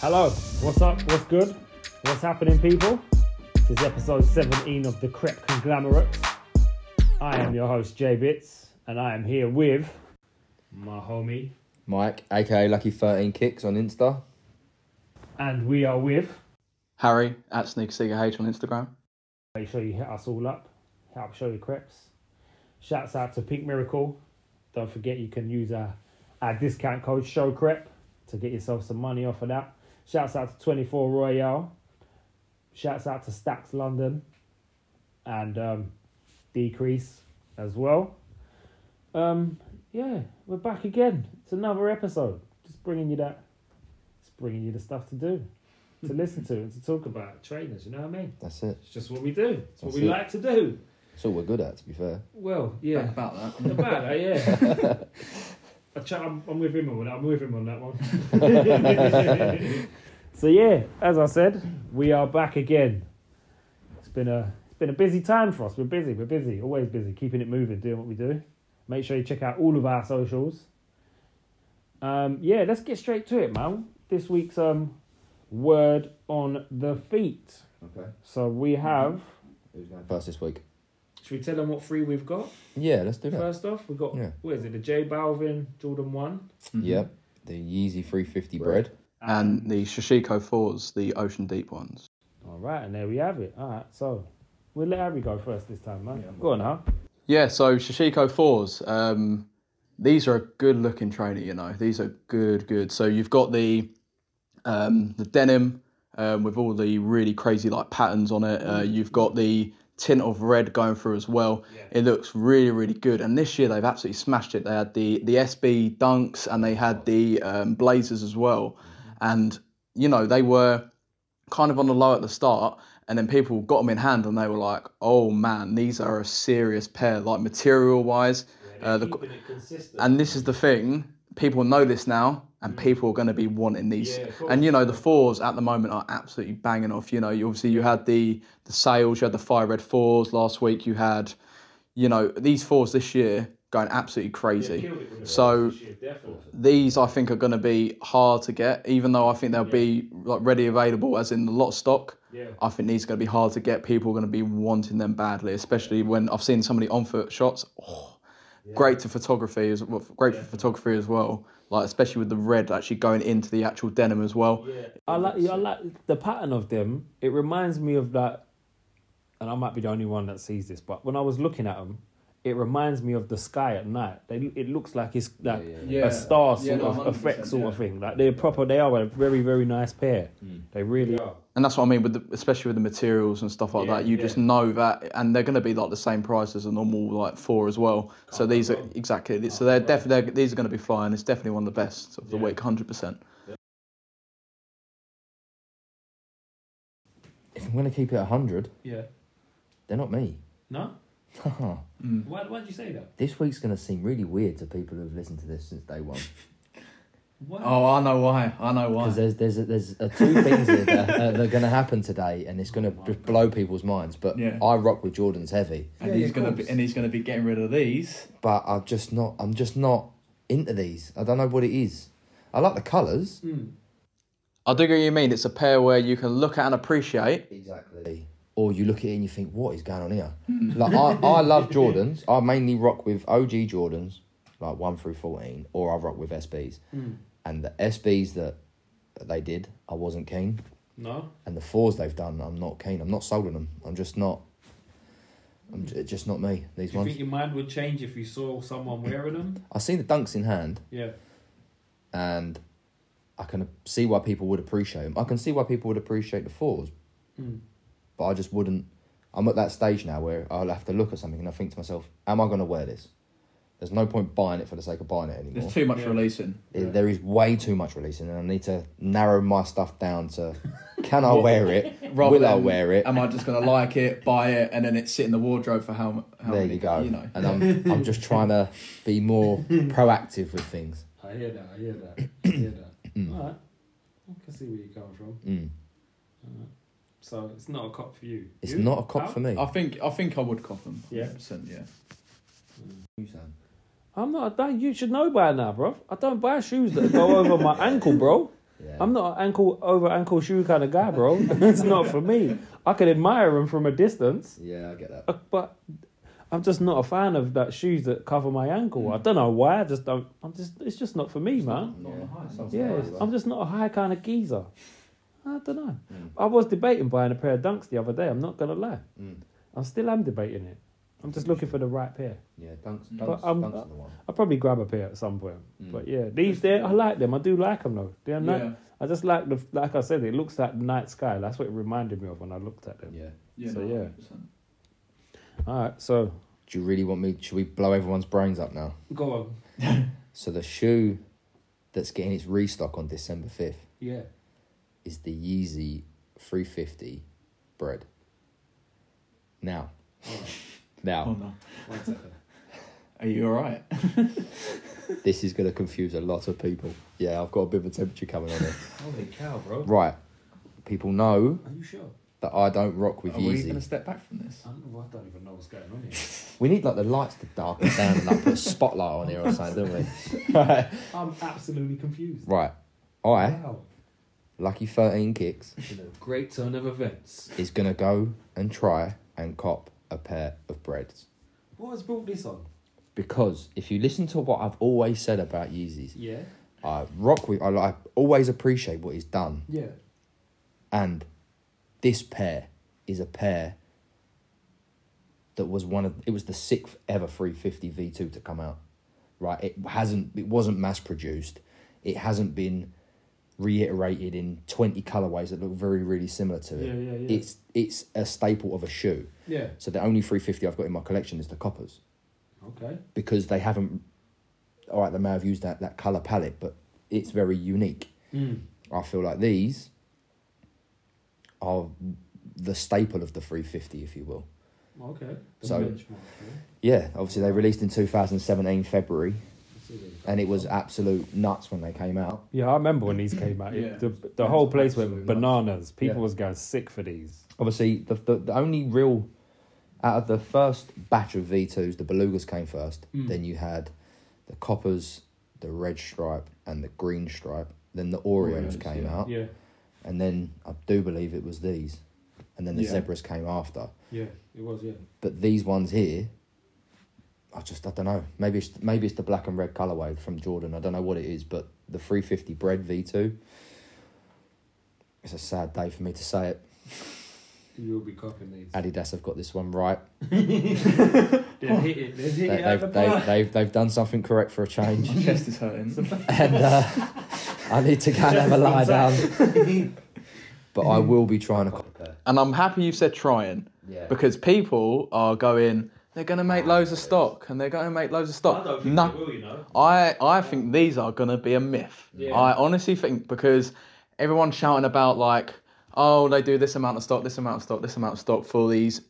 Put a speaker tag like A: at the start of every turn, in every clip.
A: Hello, what's up? What's good? What's happening, people? This is episode 17 of the Crep Conglomerate. I am your host, Jay Bits, and I am here with my homie,
B: Mike, aka Lucky Thirteen Kicks on Insta.
A: and we are with.
C: Harry at SneakerSeekerH on Instagram.
A: Make sure you hit us all up. Hit up Show Your Creps. Shouts out to Pink Miracle. Don't forget you can use our, our discount code Show Crep to get yourself some money off of that. Shouts out to 24 Royale. Shouts out to Stacks London and um, Decrease as well. Um, yeah, we're back again. It's another episode. Just bringing you that. Just bringing you the stuff to do, to listen to, and to talk about. Trainers, you know what I mean?
B: That's it.
A: It's just what we do. It's what
B: That's
A: we
B: it.
A: like to do.
B: That's all we're good at, to be fair.
A: Well, yeah.
C: About that.
A: Not bad, eh? yeah. I try, I'm, I'm with him on that. I'm with him on that one. so yeah, as I said, we are back again. It's been a it's been a busy time for us. We're busy. We're busy. Always busy. Keeping it moving, doing what we do. Make sure you check out all of our socials. Um, yeah, let's get straight to it, man. This week's um, word on the feet.
B: Okay.
A: So we have.
B: Who's going first this week?
A: Should we tell them what three we've got?
B: Yeah, let's do that.
A: First off, we've got
B: Yeah.
A: what is it? The J Balvin Jordan One
C: Mm-hmm.
B: Yep. The Yeezy 350
C: Bread.
B: bread.
C: And the Shishiko 4s, the Ocean Deep ones.
A: All right, and there we have it. All right, so we'll let Harry go first this time, man. go on now.
C: Yeah, so Shishiko 4s, um, these are a good looking trainer, you know. These are good, good. So you've got the um, the denim um, with all the really crazy like patterns on it. Uh, you've got the tint of red going through as well. It looks really, really good. And this year they've absolutely smashed it. They had the the SB Dunks and they had the um, Blazers as well. And you know they were kind of on the low at the start. And then people got them in hand, and they were like, "Oh man, these are a serious pair. Like material wise, uh, the,
A: Keeping it consistent.
C: and this is the thing, people know this now, and people are going to be wanting these.
A: Mm. Yeah, of course.
C: and you know, the fours at the moment are absolutely banging off. You know, you, obviously you had the the sales, you had the fire red fours last week. You had, you know, these fours this year going absolutely crazy. so these I think are going to be hard to get, even though I think they'll be like ready available as in a lot of stock.
A: Yeah.
C: I think these are going to be hard to get. People are going to be wanting them badly, especially when I've seen so many on foot shots. Oh, Great to photography as well. Great for photography as well. Like especially with the red actually going into the actual denim as well.
A: I like I like the pattern of them. It reminds me of that, and I might be the only one that sees this, but when I was looking at them, it reminds me of the sky at night. They it looks like it's like
C: yeah.
A: a star sort
C: Yeah, no,
A: of effect
C: 100%,
A: sort of thing. Like they're proper. They are a very very nice pair.
C: Mm.
A: They really are.
C: And that's what I mean with the, especially with the materials and stuff like
A: Yeah,
C: that. You just know that, and they're going to be like the same price as a normal like four as well. so these are exactly. So they're definitely they're, these are going to be flying. It's definitely one of the best of the week, hundred percent.
B: If I'm going to keep it 100,
A: Yeah.
B: they're not me.
A: No.
B: Hmm.
A: Why Why did you say that?
B: this week's going to seem really weird to people who've listened to this since day one.
A: Why?
C: Oh, I know why. I know
B: Because there's, there's, a, there's a two things here that, uh, that are going to happen today, and it's going to blow people's minds. But
C: Yeah.
B: I rock with Jordan's heavy.
C: and he's gonna be and he's gonna be getting rid of these.
B: but I'm just not. I'm just not into these. I don't know what it is. I like the colours.
C: I do get what you mean. It's a pair where you can look at and appreciate.
B: Exactly. Or you look at it and you think, what is going on here?
A: Hmm.
B: like I, I love Jordans. I mainly rock with OG Jordans, like one through fourteen, or I rock with SBs.
A: Hmm.
B: And the SBs that that they did, I wasn't keen.
A: No.
B: And the fours they've done, I'm not keen. I'm not sold on them. I'm just not. I'm j- just not me. These
A: Do you
B: ones.
A: think your mind would change if you saw someone wearing them?
B: I see the dunks in hand.
A: Yeah.
B: and I can see why people would appreciate them. I can see why people would appreciate the fours,
A: Hmm.
B: but I just wouldn't. I'm at that stage now where I'll have to look at something and I think to myself, "Am I going to wear this?" There's no point buying it for the sake of buying it anymore.
C: too much
A: Yeah.
C: releasing.
B: It- There is way too much releasing, and I need to narrow my stuff down to: Can I wear it? Will I wear it?
C: Am I just gonna like it, buy it, and then it sit in the wardrobe for how? how
B: There you go. And I'm I'm just trying to be more proactive with things.
A: I hear that. I hear that. I hear that.
B: Hmm.
A: All right. I can see where you're coming from.
B: Mm.
A: So it's not a cop for you.
B: It's
A: You?
B: not a cop
A: Al?
B: for me.
C: I think I think I would cop them.
A: Yeah.
C: 100%, yeah.
A: I'm not. I don't, you should know by now, bro. I don't buy shoes that go over my ankle, bro.
B: Yeah.
D: I'm not an ankle over ankle shoe kind of guy, bro. it's not for me. I can admire them from a distance, uh,
B: yeah, I get that.
D: but I'm just not a fan of that shoes that cover my ankle. I don't know why. I just don't. I'm just. It's just not for me, man.
B: Yeah, sounds
D: Yeah,
B: about
D: it's-
B: right.
D: I'm just not a high kind of geezer. I don't know. I was debating buying a pair of dunks the other day. I'm not gonna lie.
B: Mm.
D: I still am debating it. I'm just looking for the right pair.
B: Yeah, Dunks,
D: But,
B: Dunks,
D: um,
B: Dunks are the one.
D: I'll probably grab a pair at some point.
B: Mm.
D: But yeah, these there, I like them. I do like them though. They're not.
C: Yeah.
D: I just like the like I said, it looks like the night sky. That's what it reminded me of when I looked at them.
B: Yeah.
C: Yeah,
D: So,
C: no,
D: yeah.
C: 100%.
D: All right, so
B: Do you really want me? Should we blow everyone's brains up now?
D: go on.
B: So the shoe that's getting its restock on December fifth
D: Yeah,
B: is the Yeezy three fifty bread. Now,
C: Oh
B: now
C: no. Are you all right?
B: this is going to confuse a lot of people. Yeah, I've got a bit of a temperature coming on here.
D: holy cow, bro!
B: Right, people know
D: Are you sure?
B: that I don't rock with
C: Oh, Are we
B: Yeezy.
C: going to step back from this?
D: I don't, know, I don't even know what's going on here.
B: We need like the lights to darken down and like put a spotlight on here or something, don't we? right.
D: I'm absolutely confused.
B: right. I,
D: Wow,
B: Lucky 13 Kicks,
D: in a great turn of events.
B: is going to go and try and cop a pair of breads.
D: What has brought this on?
B: Because if you listen to what I've always said about Yeezys,
D: Yeah,
B: I rock with, I, I always appreciate what he's done.
D: yeah,
B: And this pair is a pair that was one of it was the sixth ever 350 V2 to come out. Right? It hasn't it wasn't mass produced. It hasn't been reiterated in 20 colorways that look very really similar to it.
D: Yeah, yeah, yeah.
B: It's it's a staple of a shoe.
D: yeah.
B: So the only 350 I've got in my collection is the coppers
D: Okay.
B: because they haven't all right, they may have used that that color palette, but it's very unique.
D: Mm.
B: I feel like these are the staple of the 350, if you will.
D: Mm, Okay. The
B: So-
D: benchmark, yeah.
B: Yeah, obviously they released in 2017 February,
D: I see where you're
B: and it
D: coming
B: was
D: from.
B: absolute nuts when they came out.
D: Yeah, I remember when these came out. It-
C: Yeah.
D: the the
C: Yeah,
D: whole
C: it's
D: place went
C: absolutely
D: bananas. People
B: Yeah.
D: was going sick for these.
B: Obviously, the, the the only real out of the first batch of V2s, the Belugas came first.
C: Mm.
B: Then you had the Coppers, the Red Stripe, and the Green Stripe. Then the Oreos
C: Oreos,
B: came
C: yeah.
B: out,
D: Yeah,
B: and then I do believe it was these, and then the
C: Yeah.
B: Zebras came after.
D: yeah, it was. Yeah,
B: but these ones here, I just I don't know. Maybe it's maybe it's the black and red colorway from Jordan. I don't know what it is, but the three fifty bread V two. It's a sad day for me to say it.
D: you'll be copying these.
B: Adidas have got this one right.
D: They've hit it. They've hit
B: They,
D: it out
B: have
D: the
B: they've,
D: park.
B: they've, they've, they've done something correct for a change.
C: My chest is hurting.
B: and uh, I need to go and have a lie down. but I will be trying to.
C: And I'm happy you've said trying
B: Yeah.
C: because people are going, they're going to make loads of stock and they're going to make loads of stock. No-
D: will, you know.
C: I, I think these are going to be a myth.
D: Yeah.
C: I honestly think because everyone's shouting about like, oh, they do this amount of stock, this amount of stock, this amount of stock for these,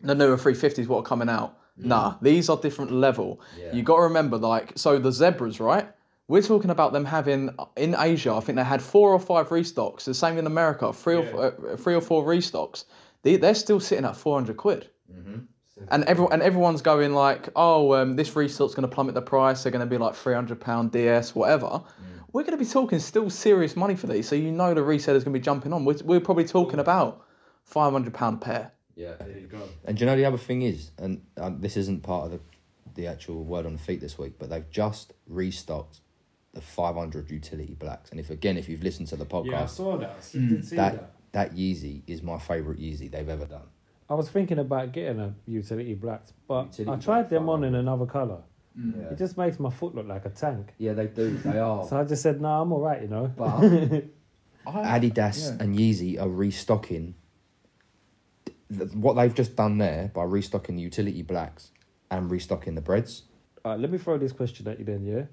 C: the newer 350s, what are coming out.
D: Mm.
C: Nah, these are different level.
B: Yeah.
C: You got to remember like, so the Zebras, right? We're talking about them having in Asia. I think they had four or five restocks. The same in America, three
D: Yeah.
C: or f- uh, three or four restocks. They, they're still sitting at four hundred quid and everyone and everyone's going like, oh, um, this resort's going to plummet the price. They're going to be like three hundred pound DS, whatever. We're going to be talking still serious money for these, so you know the reseller's going to be jumping on. We're, we're probably talking about five hundred pound pair.
B: Yeah.
D: There you go.
B: And do you know the other thing is, and um, this isn't part of the, the actual word on the feet this week, but they've just restocked the 500 utility blacks. And if again, if you've listened to the
D: Yeah, I
B: podcast,
D: saw that. I s- did
B: Mm,
D: see
B: that,
D: that.
B: that Yeezy is my favourite Yeezy they've ever done.
D: I was thinking about getting a utility blacks, but
B: Utility
D: I tried
B: black,
D: them on
B: fine.
D: in another color.
B: Yeah. Oh.
D: It just makes my foot look like a tank.
B: Mm. yeah, they do. They are.
D: So I just said, "Nah, I'm all right," you know.
B: but
C: I,
B: Adidas
C: Yeah.
B: and Yeezy are restocking th- what they've just done there by restocking the utility blacks and restocking the breads.
D: All right, let me throw this question at you then. Yeah,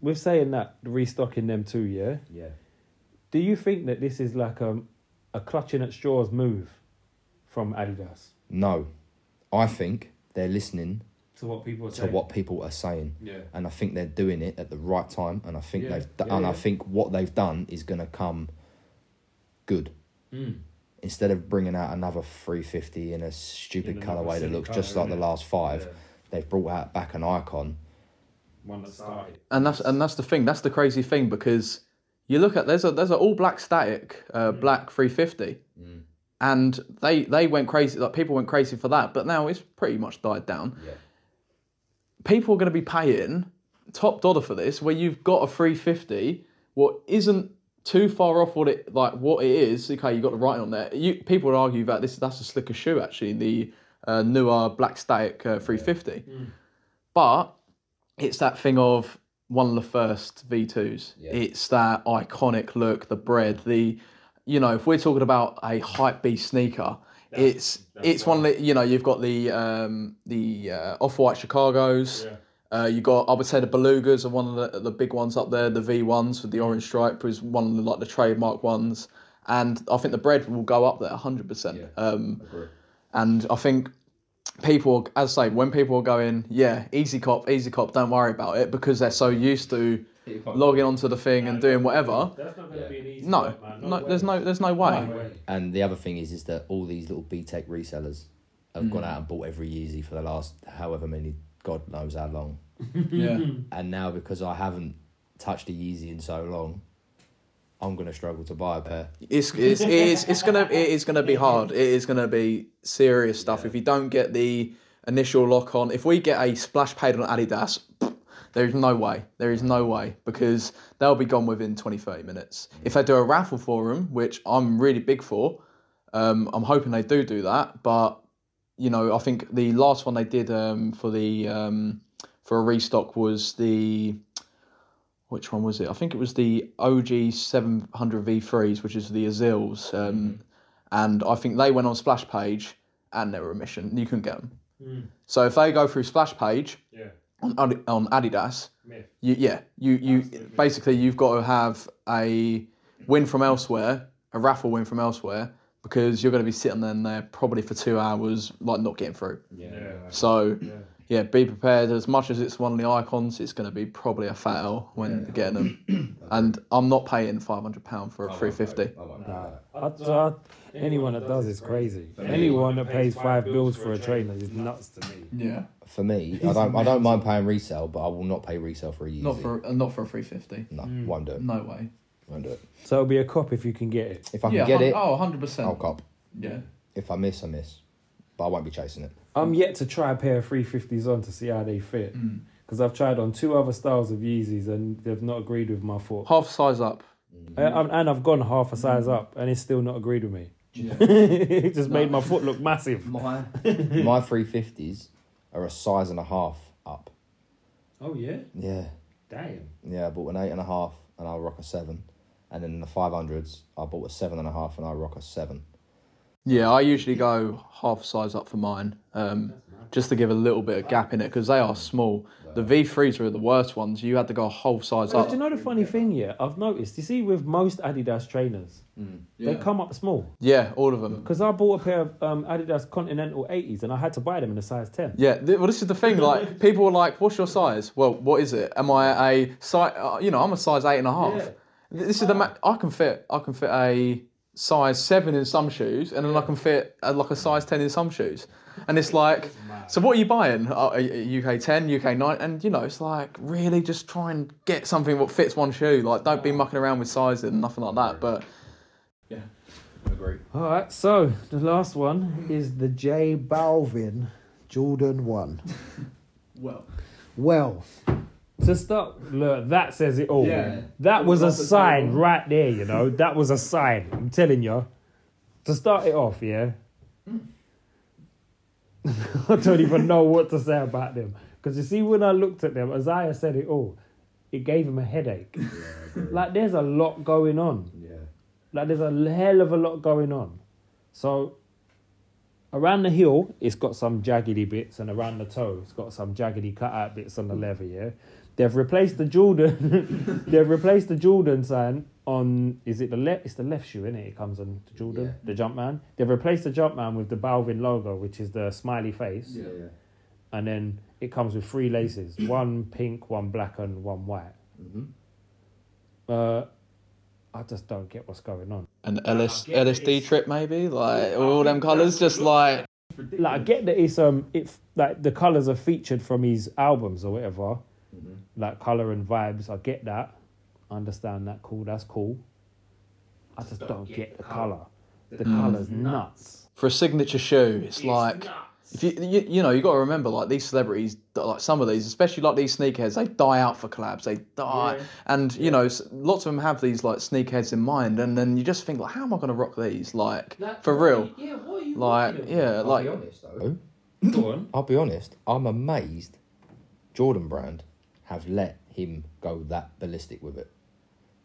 D: with saying that restocking them too. Yeah,
B: Yeah.
D: do you think that this is like um, a clutching at straws move from Adidas
B: No, I think they're listening
D: to what people are
B: to what people are saying.
D: Yeah,
B: and I think they're doing it at the right time, and I think
D: Yeah,
B: they've d-
D: yeah,
B: and I
D: yeah.
B: think what they've done is going to come good
D: mm.
B: instead of bringing out another 350 in a stupid
D: In another
B: colorway that
D: silly
B: looks just
D: colour,
B: like the
D: innit?
B: last five. They've brought out back an icon.
D: one that started.
C: and that's and that's the thing. That's the crazy thing because you look at there's a there's an all black static uh, black 350 and they they went crazy like people went crazy for that but now it's pretty much died down
B: Yeah.
C: people are going to be paying top dollar for this where you've got a 350 what isn't too far off what it like what it is okay you've got the writing on there you people would argue that this that's a slicker shoe actually the uh, newer black static uh, 350 but it's that thing of one of the first V2s. It's that iconic look, the bread, the you know, if we're talking about a hype B sneaker, it's it's one that you know, you've got the um the uh, off-white Chicago's. Uh, you got, I would say, the Belugas are one of the, the big ones up there. The V ones with the orange stripe was one of the, like the trademark ones, and I think the bread will go up there hundred percent. Um, and I think people, as I say, when people are going, yeah, easy cop, easy cop, don't worry about it because they're so used to logging onto the thing and doing whatever.
D: That's not going to be an easy
C: No,
D: job, man.
C: no, there's no, there's no way.
B: And the other thing is, is that all these little B Tech resellers have
D: Mm.
B: gone out and bought every Yeezy for the last however many, God knows how long.
C: Yeah,
D: Mm.
B: And now because I haven't touched a Yeezy in so long, I'm gonna struggle to buy a pair.
C: it's it's it is, it's gonna it is gonna be hard. It is gonna be serious stuff if you don't get the initial lock on. If we get a splash paid on Adidas. There is no way. There is no way because they'll be gone within 20, 30 minutes. If they do a raffle for them, which I'm really big for, um, I'm hoping they do do that. But you know, I think the last one they did um, for the um, for a restock was the which one was it? I think it was the OG seven hundred V threes, which is the Azils, um, and I think they went on Splash Page and they were a mission. You couldn't get them. So if they go through Splash Page
D: Yeah.
C: on Adi- on Adidas,
D: Myth.
C: you, yeah, you you basically you've got to have a win from elsewhere, a raffle win from elsewhere, because you're going to be sitting in there probably for two hours, like not getting through.
D: Yeah.
C: So yeah. be prepared. As much as it's one of the icons, it's going to be probably a fat L when getting them. and I'm not paying five hundred pound for a three fifty.
D: I, I, uh, anyone that does is crazy. Anyone that pays five bills for a trainer is nuts to me.
C: Yeah,
B: For me, I don't I don't mind paying resale, but I will not pay resale for a Yeezy.
C: not for uh, not for a Mm. three fifty.
B: no, won't do it.
C: No way.
B: Won't do it.
D: So it'll be a cop if you can get it.
B: If I can
C: Yeah,
B: get
C: hun-
B: it,
C: Oh, 100
B: I'll
C: percent.
B: cop.
C: Yeah.
B: If I miss, I miss. But I won't be chasing it.
D: I'm yet to try a pair of 350s on to see how they fit. Because I've tried on two other styles of Yeezys and they've not agreed with my thought.
C: Half size up.
D: And, I'm- and I've gone half a size up and it's still not agreed with me. it just made my foot look massive.
A: Mine.
B: My three fifties are a size and a half up.
A: Oh yeah.
B: Yeah.
A: Damn.
B: Yeah, I bought an eight and a half and I rock a seven. And then in the five hundreds, I bought a seven and a half and I rock a seven.
C: Yeah, I usually go half size up for mine, um, just to give a little bit of gap in it because they are small. The V threes were the worst ones. You had to go a whole size
D: But
C: up.
D: do you know the funny thing here? I've noticed, you see, with most Adidas trainers, they come up small.
C: Yeah, all of them.
D: Because I bought a pair of um, Adidas Continental 80s and I had to buy them in a size 10.
C: Yeah, th- well, this is the thing. Like, people are like, "What's your size?" Well, what is it? Am I a size? Uh, you know, I'm a size eight and a half. Th- This is the ma- I can fit. I can fit a size seven in some shoes, and then I can fit uh like a size ten in some shoes. And it's like, so what are you buying? Uh, a- a UK ten, UK nine, and you know, it's like really just try and get something what fits one shoe. Like, don't be mucking around with sizing and nothing like that. But
D: All right, so the last one is the
E: J Balvin, Jordan 1.
A: Well.
E: Well,
D: to start. Look, that says it all. That was a sign right there, you know. That was a sign. I'm telling you. To start it off, yeah. I don't even know what to say about them because you see, when I looked at them, Isaiah said it all. It gave him a headache. like, there's a lot going on.
A: Yeah.
D: Like there's a hell of a lot going on. So around the heel, it's got some jaggedy bits, and around the toe, it's got some jaggedy cutout bits on the leather. Yeah, they've replaced the Jordan. they've replaced the Jordan sign on. Is it the left? It's the left shoe, isn't it? It comes on the Jordan, the Jumpman. They've replaced the Jumpman with the Balvin logo, which is the smiley face,
A: Yeah.
D: and then it comes with three laces: one pink, one black, and one white. Uh, I just don't get what's going on.
C: an LS, LSD trip maybe, like all them colours, just like
D: like I get that it's um if like the colors
B: Mm-hmm.
D: are featured from his albums or whatever, like color and vibes. I get that, understand that cool, that's cool. I just
A: don't
D: don't
A: get
D: get
A: the
D: the colour.
A: The
D: The
B: Mm.
A: colour's
D: colour's nuts.
C: For a signature shoe, it's,
A: It's
C: like
A: nuts.
C: if you, you you know you got to remember like these celebrities like some of these especially like these sneakerheads they die out for collabs they die
A: Yeah.
C: and you know s- lots of them have these like sneakerheads in mind and then you just think like how am I going to rock these like
A: That-
C: for real
A: Yeah, what are you
C: like
A: looking
C: yeah
B: I'll
C: like
B: be honest though.
A: at? Go on.
B: I'll be honest. I'm amazed. Jordan Brand have let him go that ballistic with it.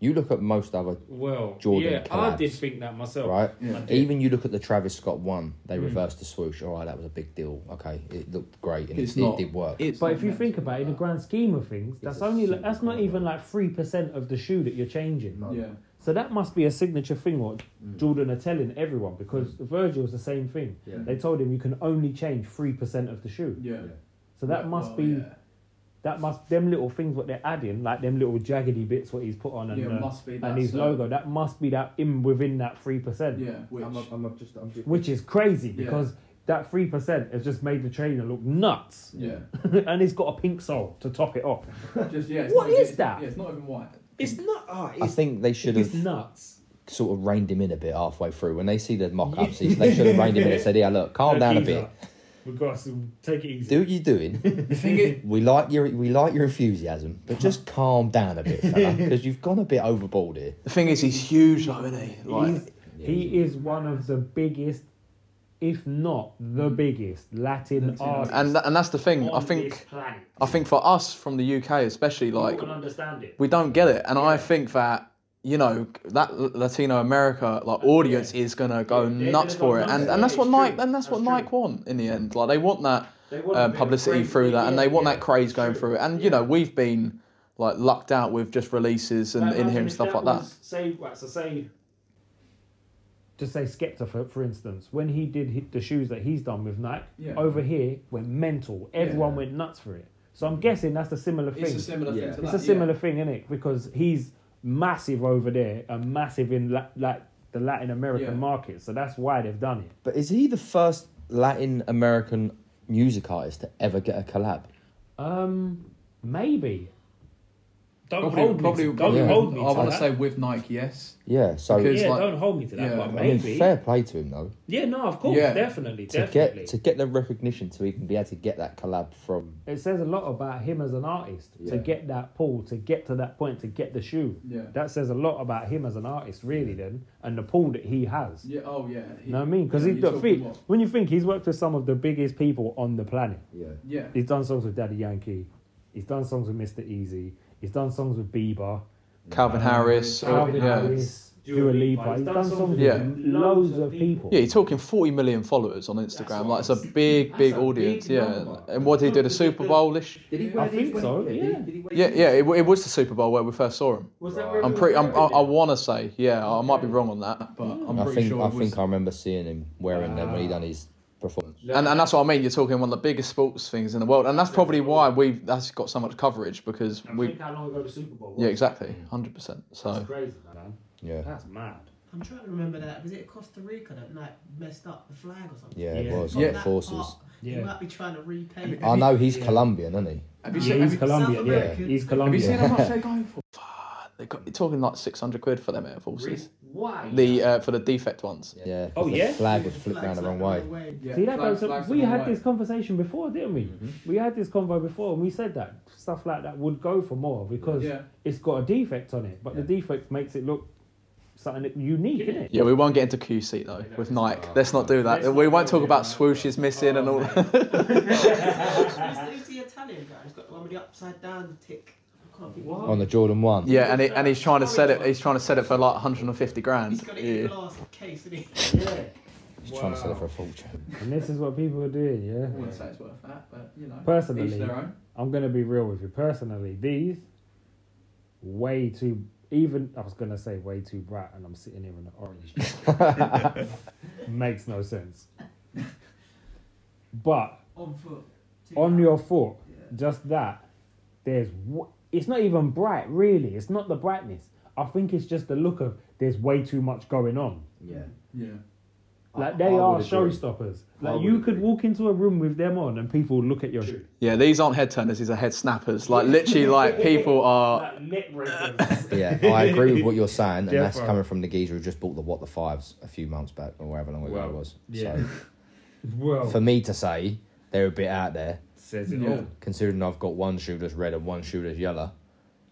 B: You look at most other
D: Well,
B: Jordan
D: yeah, I
B: collabs.
D: did think that myself.
B: right? Even you look at the Travis Scott one, they reversed the swoosh. All right, that was a big deal. Okay, it looked great and
C: It's
B: it, did-
C: not-
B: did work.
C: it's
D: But
C: not
D: if you
C: meant
D: think
C: to be
D: about it, in the
C: that.
D: grand scheme of things, that's
B: a
D: only
B: simple
D: that's not
B: colour.
D: even like three percent of the shoe that you're changing.
C: yeah
D: So that must be a signature thing what
B: Mm.
D: Jordan are telling everyone because Virgil's the same thing.
B: Yeah.
D: They told him you can only change three percent of the shoe.
C: yeah Oh,
D: So that must be that must them little things what they're adding, like them little jaggedy bits what he's put on and,
C: Yeah,
D: uh,
C: must be that,
D: and his
C: so-
D: logo. That must be that in within that three percent.
C: which
B: I'm, a- I'm a- just, I'm just,
D: Which is crazy
C: Yeah.
D: because that three percent has just made the trainer look nuts.
C: yeah
D: and he's got a pink sole to top it off.
C: just yeah
D: it's What not- is it's- that? yeah,
C: it's not even white
A: It's not. ah,
B: I
A: it's,
B: think they should
A: it's
B: have
A: nuts.
B: sort of reined him in a bit halfway through. When they see the mock ups, they should have reined him in and said, Yeah, look, calm down a bit.
D: We've got to take it easy.
B: Do what you're doing.
C: the thing is
B: We like your we like your enthusiasm, but just calm down a bit, fella, because you've gone a bit overboard here.
C: the thing is he's huge though isn't he like
D: He's, he is one of the biggest, if not the biggest, Latin, artist.
C: and tha- and that's the thing I
D: on
C: think
D: this planet.
C: I think for us from the UK especially
D: You
C: like
D: can understand it.
C: we don't get it and i think that you know that L- latino america like audience is gonna go
D: Yeah, they're
C: nuts
D: gonna go
C: for it
D: nuts
C: and,
D: for it.
C: and that's what
D: It's true.
C: nike and that's, what
D: That's true.
C: nike want in the end like they want that
D: They want a
C: um,
D: bit of
C: publicity
D: craze.
C: through that and
D: Yeah,
C: they want
D: yeah,
C: that craze going
D: true.
C: through it and
D: Yeah.
C: you know we've been like lucked out with just releases and
D: Like,
C: in here
D: imagine
C: and
D: if
C: stuff like that
D: was, Say, right, so say, just say Skepta for, for instance, when he did hit the shoes that he's done with Nike,
C: Yeah.
D: over here went mental. Everyone went nuts for it. So I'm guessing that's the similar thing.
C: similar
B: thing Yeah. to
D: It's a similar thing, isn't it? Because he's massive over there and massive in la- like the Latin American
C: Yeah.
D: market. So that's why they've done it.
B: But is he the first Latin American music artist to ever get a collab?
D: Um, maybe. Don't
C: Probably-
D: hold me.
C: probably-
D: to,
B: yeah.
D: don't hold me.
C: i
D: to
C: want to
D: that.
C: say with nike yes
B: Yeah, so
C: Because-
D: yeah,
C: like-
D: don't hold me to that.
C: Yeah,
B: I
D: but
B: mean,
D: maybe.
B: fair play to him though.
D: Yeah, no, of course,
C: Yeah.
D: definitely,
B: to
D: definitely.
B: get to get the recognition to even be able to get that collab from
D: it says a lot about him as an artist
B: Yeah.
D: to get that pull, to get to that point, to get the shoe.
C: Yeah.
D: That says a lot about him as an artist, really, then, and the pull that he has.
C: yeah oh yeah
D: You know what I mean? Because he's the feet. When you think he's worked with some of the biggest people on the planet,
B: yeah
C: yeah
D: he's done songs with Daddy Yankee, he's done songs with Mr. Easy, he's done songs with Bieber, Um,
C: calvin harris or-
D: Calvin
C: yeah.
D: Harris, Dua Lipa. He's done songs with
C: Yeah.
D: loads of people.
C: Yeah, you're talking 40 million followers on Instagram. Like, it's a big, big
A: a big
C: audience.
A: number.
C: yeah. And what did he do? The Super Bowl ish?
B: did he
D: wear I these think when- so, yeah, did he- yeah. did
C: Yeah, yeah. It, it was the Super Bowl where we first saw him.
A: Was
B: Right.
A: where
C: I'm
A: we
C: pretty. I'm,
A: were?
C: I, I want to say, yeah. I might be wrong on that, but I'm
B: I
C: pretty
B: think
C: sure.
B: I
C: it was-
B: think I remember seeing him wearing them when he done his performance.
C: and, and that's what I mean. You're talking one of the biggest sports things in the world, and that's probably why we've that's got so much coverage because
D: And
C: we.
D: think how long ago the Super Bowl was.
C: Yeah, exactly. Hundred percent. So
D: That's crazy, man.
B: Yeah,
D: That's mad.
F: I'm trying to remember that. Was it Costa Rica that like messed up the flag or something?
B: yeah,
D: Yeah.
B: it was
F: On
B: yeah.
F: that
B: forces. Oh,
F: part,
D: Yeah.
F: He might be trying to repay.
B: I know he's Colombian, isn't he?
C: have
D: Yeah, he's Colombian. Yeah,
F: American.
D: he's Colombian.
C: much they're going for? Fuck, they got, you're talking like six hundred quid for them air forces.
A: Why?
C: The uh, for the defect ones.
B: Yeah. 'cause
D: Oh,
B: the
D: yeah?
B: Flag was flipped round
F: Flags
B: the wrong
F: like
B: way.
F: the wrong
D: See that goes. we had this conversation before, didn't we?
C: Mm-hmm.
D: We had this convo before, and we said that stuff like that would go for more
B: uh,
D: because
C: Yeah.
D: it's got a defect on it, but the defect makes it look something unique, isn't it?
C: Yeah, we won't get into QC though with Nike. Let's not do that.
D: Let's
C: we
D: not
C: won't
D: do
C: talk
D: it,
C: about
D: man.
C: swooshes missing
D: Oh,
C: and all. that.
F: Who's, who's the Italian guy? He's got the one with the upside down tick. I can't think.
A: What?
F: What?
B: On the Jordan one.
C: yeah, and, he, and he's trying to sell it. He's trying to sell it for like 150 grand.
F: He's got it in
C: Yeah.
F: a glass case, isn't he?
A: Yeah.
B: He's trying to sell it for a fortune.
D: And this is what people are doing. Yeah.
C: wouldn't say it's worth that, but you know.
D: Personally,
C: own.
D: I'm gonna be real with you. Personally, these way too. Even I was gonna say way too bright, and I'm sitting here in an orange. jacket. Makes no sense. But
F: On foot. Two
D: on
F: pounds.
D: your foot,
F: Yeah.
D: just that. There's w- it's not even bright, really. It's not the brightness. I think it's just the look of there's way too much going on.
B: Yeah.
C: Yeah.
D: Like
B: I-
D: they
B: I
D: are
B: would agree.
D: showstoppers.
B: I
D: Like
B: would
D: you could
B: agree.
D: walk into a room with them on and people would look at your
A: True.
C: Yeah, these aren't head turners, these are head snappers. Like literally like people are
D: like lip rakers.
B: Yeah, I agree with what you're saying, and that's
D: Defo.
B: coming from the geezer who just bought the what the fives a few months back or wherever long ago
D: Well,
B: it was.
D: yeah. well,
B: So for me to say they're a bit out there,
D: says it
C: Yeah.
D: all.
B: considering I've got one shoe that's red and one shoe that's yellow,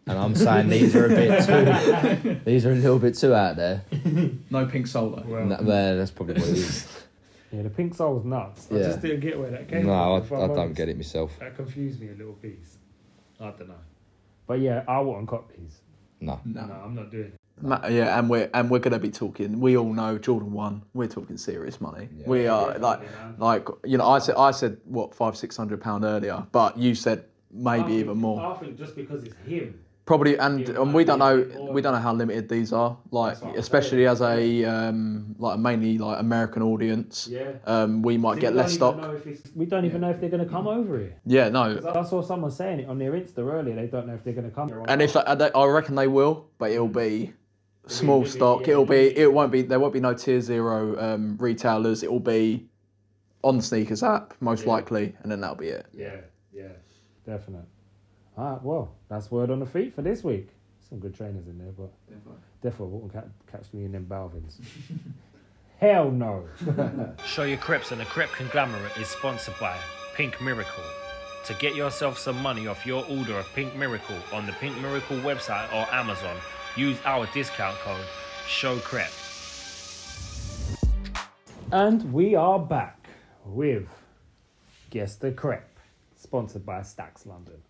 B: and I'm saying these are a bit too, these are a little bit too out there.
C: no pink solo.
D: Well,
B: And that- well, that's probably what it is.
D: yeah, the pink soul's nuts. I
B: Yeah.
D: just didn't get where that came
B: No, I,
D: from.
B: I don't get it myself.
D: That confused me a little piece. I don't know. But yeah, I wouldn't cop these.
B: No,
D: No, I'm not doing it.
C: Ma- yeah, and we're and we're gonna be talking. We all know Jordan one. We're talking serious money.
B: Yeah.
C: We are Uh, like like you know. I said I said what five six hundred pound earlier, but you said
D: I
C: maybe
D: think-
C: even more.
D: I think just because it's him.
C: Probably and
D: It
C: and
D: might
C: we don't
D: be
C: know
D: even more.
C: we don't know how limited these are. Like
D: That's what I'm
C: especially as a um like mainly like American audience.
D: Yeah.
C: Um, we might
D: See,
C: get
D: we
C: less
D: don't even
C: stock.
D: know if it's- We don't even know if they're going to come over here.
C: Yeah, no.
D: 'Cause I saw someone saying it on their Insta earlier. They don't know if they're going to come. here or
C: And
D: not.
C: if they, and they- I reckon they will, but it'll be small
D: it'll be-
C: stock.
D: yeah.
C: It'll be it won't be there won't be no tier zero um, retailers. It'll be on the sneakers app most
D: Yeah.
C: likely, and then that'll be it.
D: Yeah, yeah. Definite. All right, well, that's word on the feet for this week. Some good trainers in there, but definitely won't ca- catch me in them Balvins. Hell no. Show Your Creps and the Crep Conglomerate is sponsored by Pink Miracle. To get yourself some money off your order of Pink Miracle on the Pink Miracle website or Amazon, use our discount code SHOWCREP. And we are back with Guess the Crep, sponsored by Stacks London.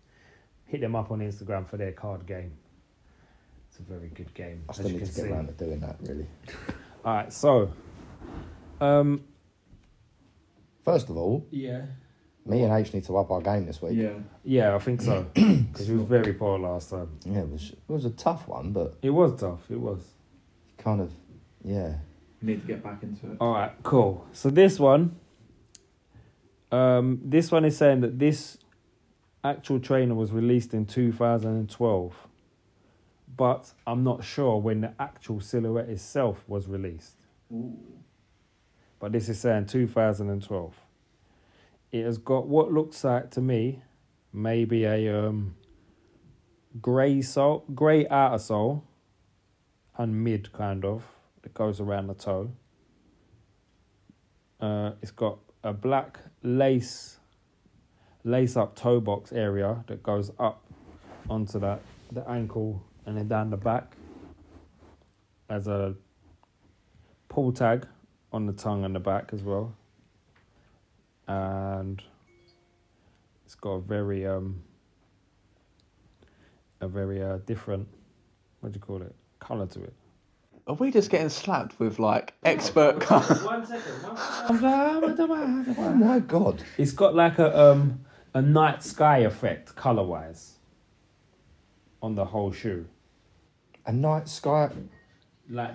D: Hit them up on Instagram for their card game. It's a very good game.
B: I
D: as
B: still
D: you
B: need
D: can
B: to get
D: see.
B: around to doing that really.
D: All right, so um,
B: First of all,
A: Yeah.
B: me and H need to up our game this week.
A: Yeah.
D: yeah, I think so because we was very poor last time.
B: Yeah, it was, it was a tough one, but
D: It was tough. It was.
B: kind of, yeah.
A: Need to get back into it.
D: All right, cool. So this one, um, this one is saying that this actual trainer was released in 2012, but I'm not sure when the actual silhouette itself was released. But this is saying 2012. It has got what looks like to me, maybe a um, grey sole, grey outer sole, and mid kind of that goes around the toe. Uh, it's got a black lace, lace up toe box area that goes up onto that the ankle and then down the back as a pull tag on the tongue and the back as well. And it's got a very um a very uh, different what do you call it color to it.
C: Are we just getting slapped with like expert? car-
F: One second. One second.
B: Oh my god.
D: It's got like a um a night sky effect color wise on the whole shoe,
B: A night sky.
D: like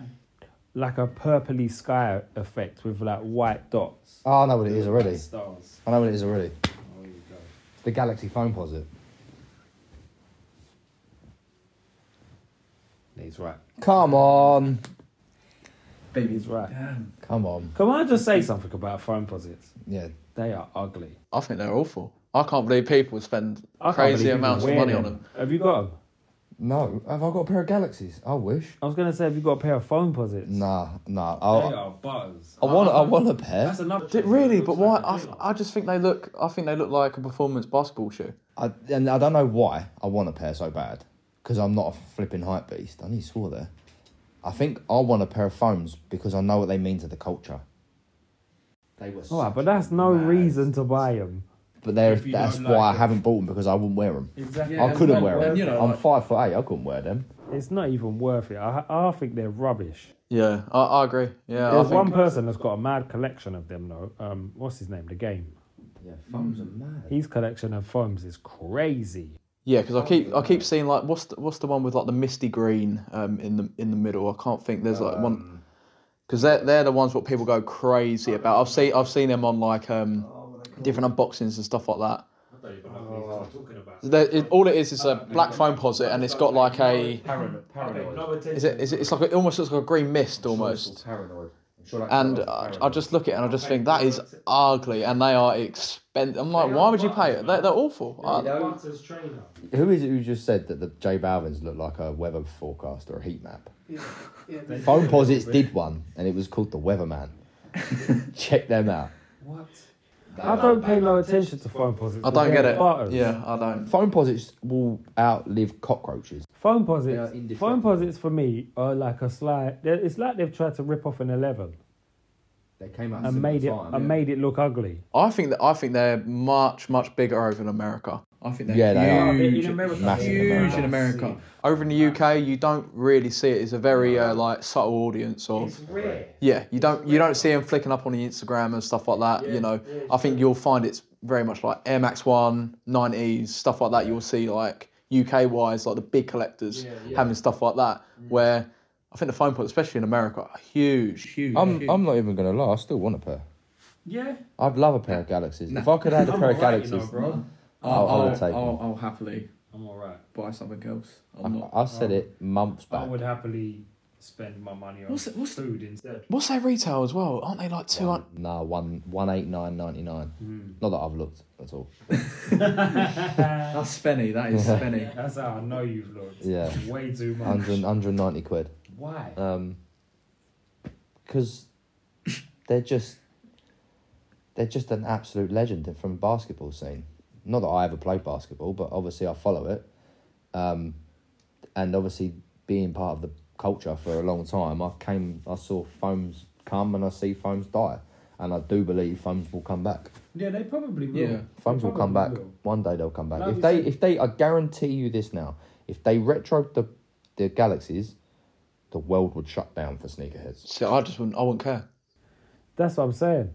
D: like a purpley sky effect with like white dots.
B: Oh, I know what it is already.
D: Stars.
B: I know what it is already.
D: There Oh, you go.
B: It's the Galaxy phone posit.
D: He's right.
B: Come on.
D: He's right.
B: Come on.
D: Can I just say something about phone posits?
B: Yeah.
D: They are ugly.
C: I think they're awful. I can't believe people spend
D: I can't
C: crazy
D: believe you
C: amounts of
D: wear
C: money on them.
D: Have you got them?
B: No. Have I got a pair of Galaxies? I wish.
D: I was gonna say, have you got a pair of phone posits?
B: Nah, nah.
D: They
B: I,
D: are buzz.
B: I want. I want a pair.
D: That's another.
C: Did- Really, but why? I, I just think they look. I think they look like a performance basketball shoe.
B: I, and I don't know why I want a pair so bad. Because I'm not a flipping hype beast. I need swore there. I think I want a pair of foams because I know what they mean to the culture. They were.
D: All right,
B: such
D: Oh, but that's no
B: mad-
D: reason to buy them.
B: But they're,
A: if you
B: that's
A: don't
B: why I
A: like it.
B: haven't bought them because I wouldn't wear them.
D: Exactly.
B: I couldn't wear them.
A: and, you know,
B: I'm
A: like-
B: five foot eight. I couldn't wear them.
D: It's not even worth it. I, I think they're rubbish.
C: Yeah, I, I agree. Yeah, I
D: There's
C: think-
D: one person that's got a mad collection of them though. Um, what's his name? The game.
B: Yeah, foams are mad.
D: His collection of foams is crazy.
C: Yeah, because I keep I keep seeing like what's the, what's the one with like the misty green um in the in the middle. I can't think. There's like one
D: Um,
C: because they're they're the ones what people go crazy about. I've seen I've seen them on like um
D: Oh,
C: different unboxings and stuff like that. There- it- all it is is a black foam posit and it's got like a
B: Uh, Paranoid. Paranoid.
C: is it is it, it's like it almost looks like a green mist almost.
B: Paranoid. sure that-
C: And uh, I, I just look at it and I just think that is ugly, and they are expensive. I'm like, why would you pay it? They're, they're awful. I,
F: Martin's trainer.
B: Who is it who just said that the J Balvin's look like a weather forecast or a heat map?
F: Yeah, yeah,
B: Phone Posits did one, and it was called the Weatherman. Check them out.
F: What?
D: I don't pay no attention to phone posits.
C: I don't get it.
D: Butters.
C: Yeah, I don't.
B: Phone Posits will outlive cockroaches.
D: Phone
B: They are
D: posits. Phone
B: indestructible.
D: posits for me are like a slide. they're- It's like they've tried to rip off an eleven
B: They came out
D: and made it and made it look ugly.
C: I think that I think they're much much bigger over in America. I think they're
B: Yeah, they are.
C: huge,
D: In America,
B: Massive in
C: huge
B: America.
C: in America. Over in the UK, you don't really see it. It's a very uh, like subtle audience of
B: Oh.
F: It's rare.
C: yeah. You don't you don't see them flicking up on the Instagram and stuff like that. you know,
F: yeah,
C: I think you'll find it's very much like Air Max One, 90s stuff like that. You'll see like UK wise like the big collectors
F: Yeah,
C: having stuff like that.
A: Mm.
C: Where I think the phone points, especially in America, are huge, huge.
B: I'm,
C: huge.
B: I'm not even going to lie, I still want a pair.
A: Yeah.
B: I'd love a pair of Galaxies. If I could have had a pair of Galaxies,
A: bro.
B: I'll-
A: I'll,
B: I
A: I'll,
B: would
A: I'll,
B: take
A: I'll,
B: them.
A: happily
F: I'm alright.
A: buy something else. I'm
B: I,
A: not.
B: I said it months
D: I
B: back.
D: would happily spend my money on
A: What's it- what's-
D: food instead.
C: What's their retail as well? Aren't they like two hundred?
B: Nah, one one eight nine ninety nine.
D: Hmm.
B: Not that I've looked at all.
A: That's spenny. That is spenny.
D: That's how I know you've looked.
B: Yeah.
D: Way too much.
B: 100, 190 quid.
D: Why?
B: Um, because they're just they're just an absolute legend from the basketball scene. Not that I ever played basketball, but obviously I follow it, um, and obviously being part of the culture for a long time, I came, I saw foams come and I see foams die, and I do believe foams will come back.
D: Yeah, they probably will.
A: Yeah.
B: Foams will
D: They
B: come back
D: probably will.
B: one day. They'll come back
D: No,
B: if
D: you
B: they
D: said-
B: if they. I guarantee you this now. If they retro the the galaxies, the world would shut down for sneakerheads.
C: So I just wouldn't. I wouldn't care.
D: That's what I'm saying.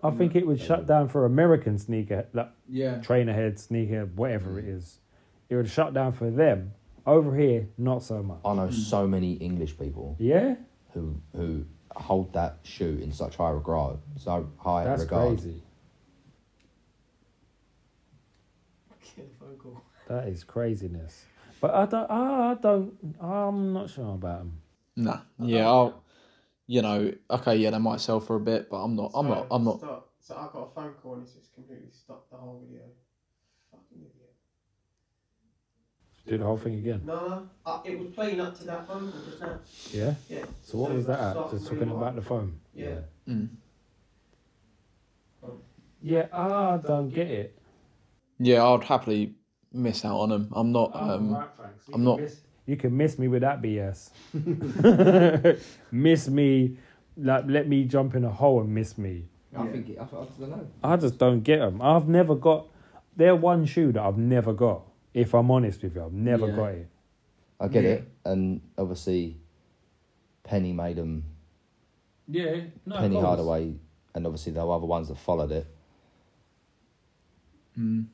D: I think it would shut down for American sneaker, like
A: Yeah.
D: trainer head, sneaker, whatever it is. It would shut down for them. Over here, not so much.
B: I know so many English people
D: Yeah,
B: who who hold that shoe in such high regard, so high
D: that's
B: regard.
D: crazy.
F: Fucking phone call.
D: That is craziness. But I don't. I I don't. I'm not sure about them.
C: Nah. Yeah. I'll. You know. Okay. Yeah. They might sell for a bit, but I'm not. I'm not. I'm not.
F: Stop. So I got a phone call and it's just completely stopped the whole video. Fucking idiot.
D: Do the whole thing again.
F: No, uh, it was playing up to that phone call just now.
D: Yeah.
F: Yeah.
D: So what was that at?
F: Stop
D: Just
F: moving
D: talking
F: on.
D: about the phone.
F: Yeah.
C: Mm.
D: Yeah, I don't get it.
C: Yeah. I'd happily miss out on them. I'm not.
D: Oh,
C: Um. I'm not.
D: You can miss me with that BS. miss me, like let me jump in a hole and miss me.
B: I think it, I, I don't know.
D: I just don't get them. I've never got. They're one shoe that I've never got. If I'm honest with you, I've never
A: Yeah.
D: got it.
B: I get it, and obviously, Penny made them.
D: Yeah, no,
B: Penny Hardaway, and obviously the other ones that followed it.
D: Hmm.
A: Mm.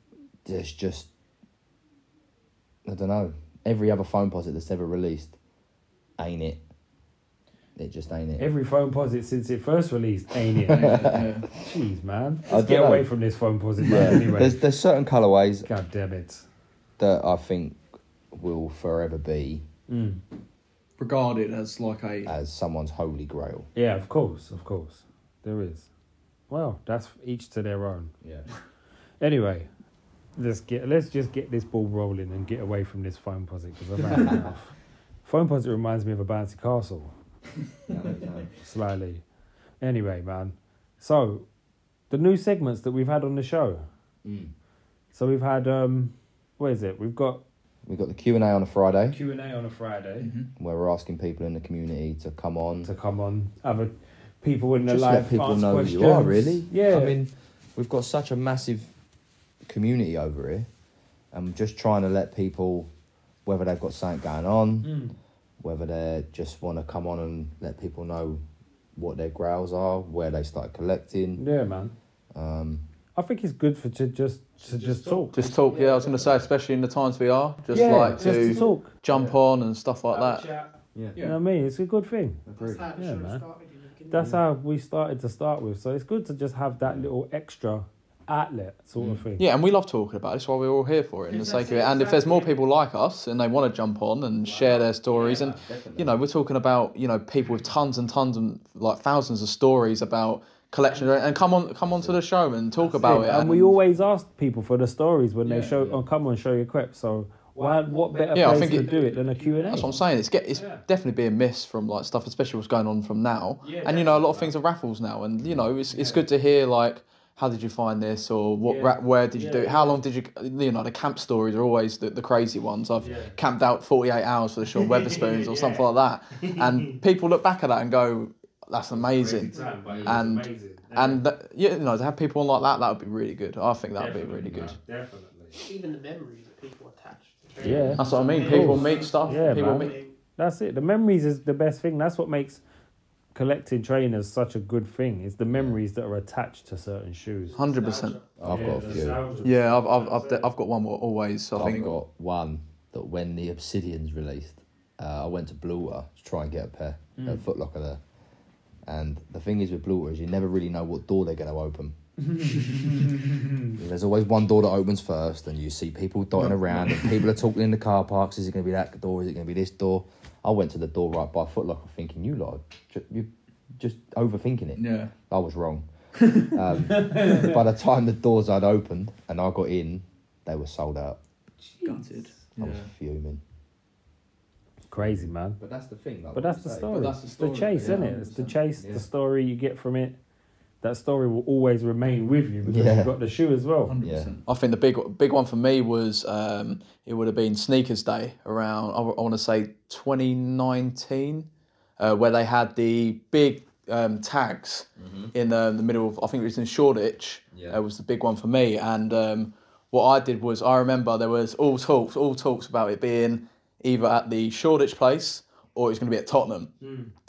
B: There's just I don't know. Every other phone posit that's ever released ain't it. It just ain't it.
D: Every phone posit since it first released, ain't it?
A: yeah.
D: Jeez, man.
B: I
D: Let's get
B: dunno.
D: away from this phone posit
B: Yeah.
D: man, anyway.
B: There's there's certain colourways
D: God damn it.
B: that I think will forever be
D: Mm.
A: Regarded as like a.
B: as someone's holy grail.
D: Yeah, of course, of course. There is. Well, that's each to their own.
B: Yeah.
D: Anyway, let's get let's just get this ball rolling and get away from this phone posit because I've had enough. Phone posit reminds me of a bouncy castle, slightly. Anyway, man. So, the new segments that we've had on the show.
B: Mm.
D: So we've had um, what is it? We've got
B: We've got the Q and A on a Friday
D: Q and A on a Friday
C: Mm-hmm.
B: where we're asking people in the community to come on.
D: to come on. Other people in the
B: Just
D: live
B: let people
D: ask
B: know who
D: questions.
B: you are, really.
D: Yeah.
B: I mean, we've got such a massive community over here, and we're just trying to let people, whether they've got something going on,
D: Mm.
B: whether they just want to come on and let people know what their grails are, where they start collecting.
D: yeah, man.
B: Um,
D: I think it's good for to just to just, talk.
C: Just talk. Yeah. I was gonna say, especially in the times we are, just
D: yeah,
C: like
D: just to,
C: to,
D: talk.
C: jump on and stuff like that.
D: You know what I mean? It's a good thing.
F: That's how it
D: Yeah,
F: should
D: man.
F: have started. you know,
D: That's how we started to start with. So it's good to just have that little extra outlet sort of thing.
C: Yeah, and we love talking about it. That's why we're all here for it, in the sake of it. And if there's more people like us and they want to jump on and share their stories, and you know, we're talking about you know people with tons and tons and like thousands of stories about collections, and come on, come on to the show and talk about it.
D: Yeah, and we always ask people for the stories when they show oh, come on show your crep. So why what better
C: Yeah, I think
D: place to
C: it-
D: do it than a Q and
C: That's what I'm
D: A?
C: saying. It's get it's definitely being missed from like stuff, especially what's going on from now.
F: Yeah,
C: and you know, a lot of things are raffles now, and you know, it's it's good to hear like how did you find this or what ra- where did you do it? How long did you? You know, the camp stories are always the, the crazy ones. I've camped out 48 hours for the short Weatherspoons or something like that, and people look back at that and go, "That's amazing." And- And that, yeah, you know, to have people on like that, that would be really good. I think that would be really good.
G: Definitely.
F: Even the memories that people attach. to the
D: Yeah.
C: That's what I mean.
F: Of
C: People
F: course.
C: meet stuff.
D: Yeah,
C: people
D: man.
C: meet.
D: That's it. The memories is the best thing. That's what makes collecting trainers such a good thing. Is the memories that are attached to certain shoes.
C: Hundred percent.
B: I've got a few.
C: Yeah, I've I've I've, I've got one more always. I
B: I've
C: think
B: got one that when the Obsidian's released, uh, I went to Blue Water to try and get a pair at Foot Locker there. And the thing is with Blue Water is you never really know what door they're going to open. There's always one door that opens first, and you see people dotting around, and people are talking in the car parks. Is it going to be that door? Is it going to be this door? I went to the door right by Foot Locker, thinking you lot, are ju- you just overthinking it.
A: Yeah.
B: I was wrong. um, by the time the doors had opened and I got in, they were sold out.
A: Gutted.
B: I was fuming.
D: Crazy man.
B: But that's the thing. Like,
D: But that's the story.
A: that's the
D: It's
A: story,
D: chase,
A: yeah,
D: isn't it? It's the
A: 100%.
D: chase.
B: Yeah.
D: The story you get from it. That story will always remain with you because
B: Yeah.
D: you've got the shoe as well.
A: 100%.
C: I think the big big one for me was um, it would have been Sneakers Day around I, want to say 2019, uh, where they had the big um, tags in the, the middle of I think it was in Shoreditch.
B: Yeah.
C: uh, was the big one for me. And um, what I did was I remember there was all talks all talks about it being either at the Shoreditch place or it was going to be at Tottenham.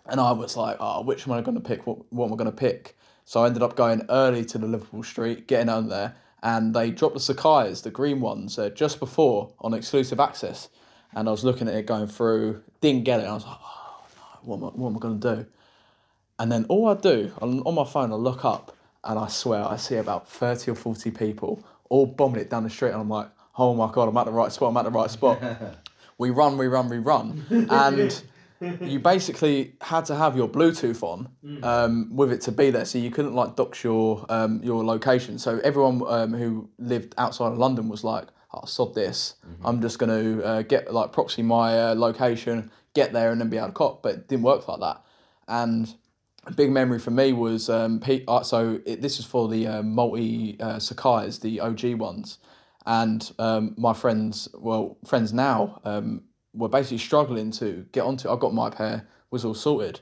C: And I was like, oh, which am I going to pick? What, what am I going to pick? So I ended up going early to the Liverpool Street, getting on there, and they dropped the Sakai's, the green ones, uh, just before on exclusive access. And I was looking at it going through, didn't get it. And I was like, oh no, what am I, what am I going to do? And then all I do on, on my phone, I look up and I swear I see about 30 or 40 people all bombing it down the street. And I'm like, oh my God, I'm at the right spot, I'm at the right spot. we run, we run, we run. And you basically had to have your Bluetooth on um, with it to be there, so you couldn't like dox your um, your location. So everyone um, who lived outside of London was like, "Oh, sod this! I'm just going to uh, get like proxy my uh, location, get there, and then be able to cop." But it didn't work like that. And a big memory for me was um, Pete. Uh, so it, this is for the uh, multi uh, Sakai's, the OG ones, and um, my friends, well, friends now, um, were basically struggling to get onto. I got my pair, was all sorted,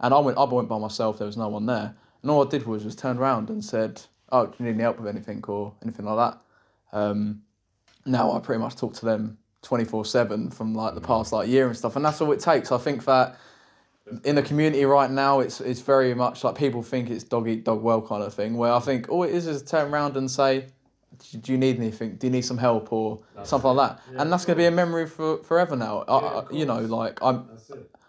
C: and I went. I went by myself. There was no one there, and all I did was was turn around and said, "Oh, do you need any help with anything or anything like that?" um, now I pretty much talk to them 24 7 from like the past like year and stuff. And that's all it takes. I think that in the community right now, it's, it's very much like people think it's dog eat dog well kind of thing, where I think all it is is turn around and say, "Do- do you need anything? Do you need some help or something like that? and that's going to be a memory for forever now. I, I, you know, like I'm,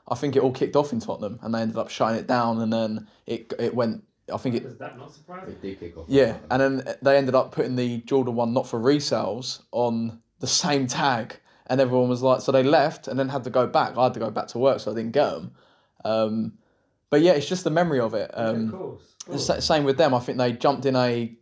C: I think it all kicked off in Tottenham and they ended up shutting it down, and then it it went. I think it
D: that not surprising?
B: It did kick off.
C: yeah, and then they ended up putting the Jordan one not for resales on the same tag, and everyone was like, so they left and then had to go back. I had to go back to work, so I didn't get them. Um, but yeah, it's just the memory of it. Um, the sa- same with them. I think they jumped in a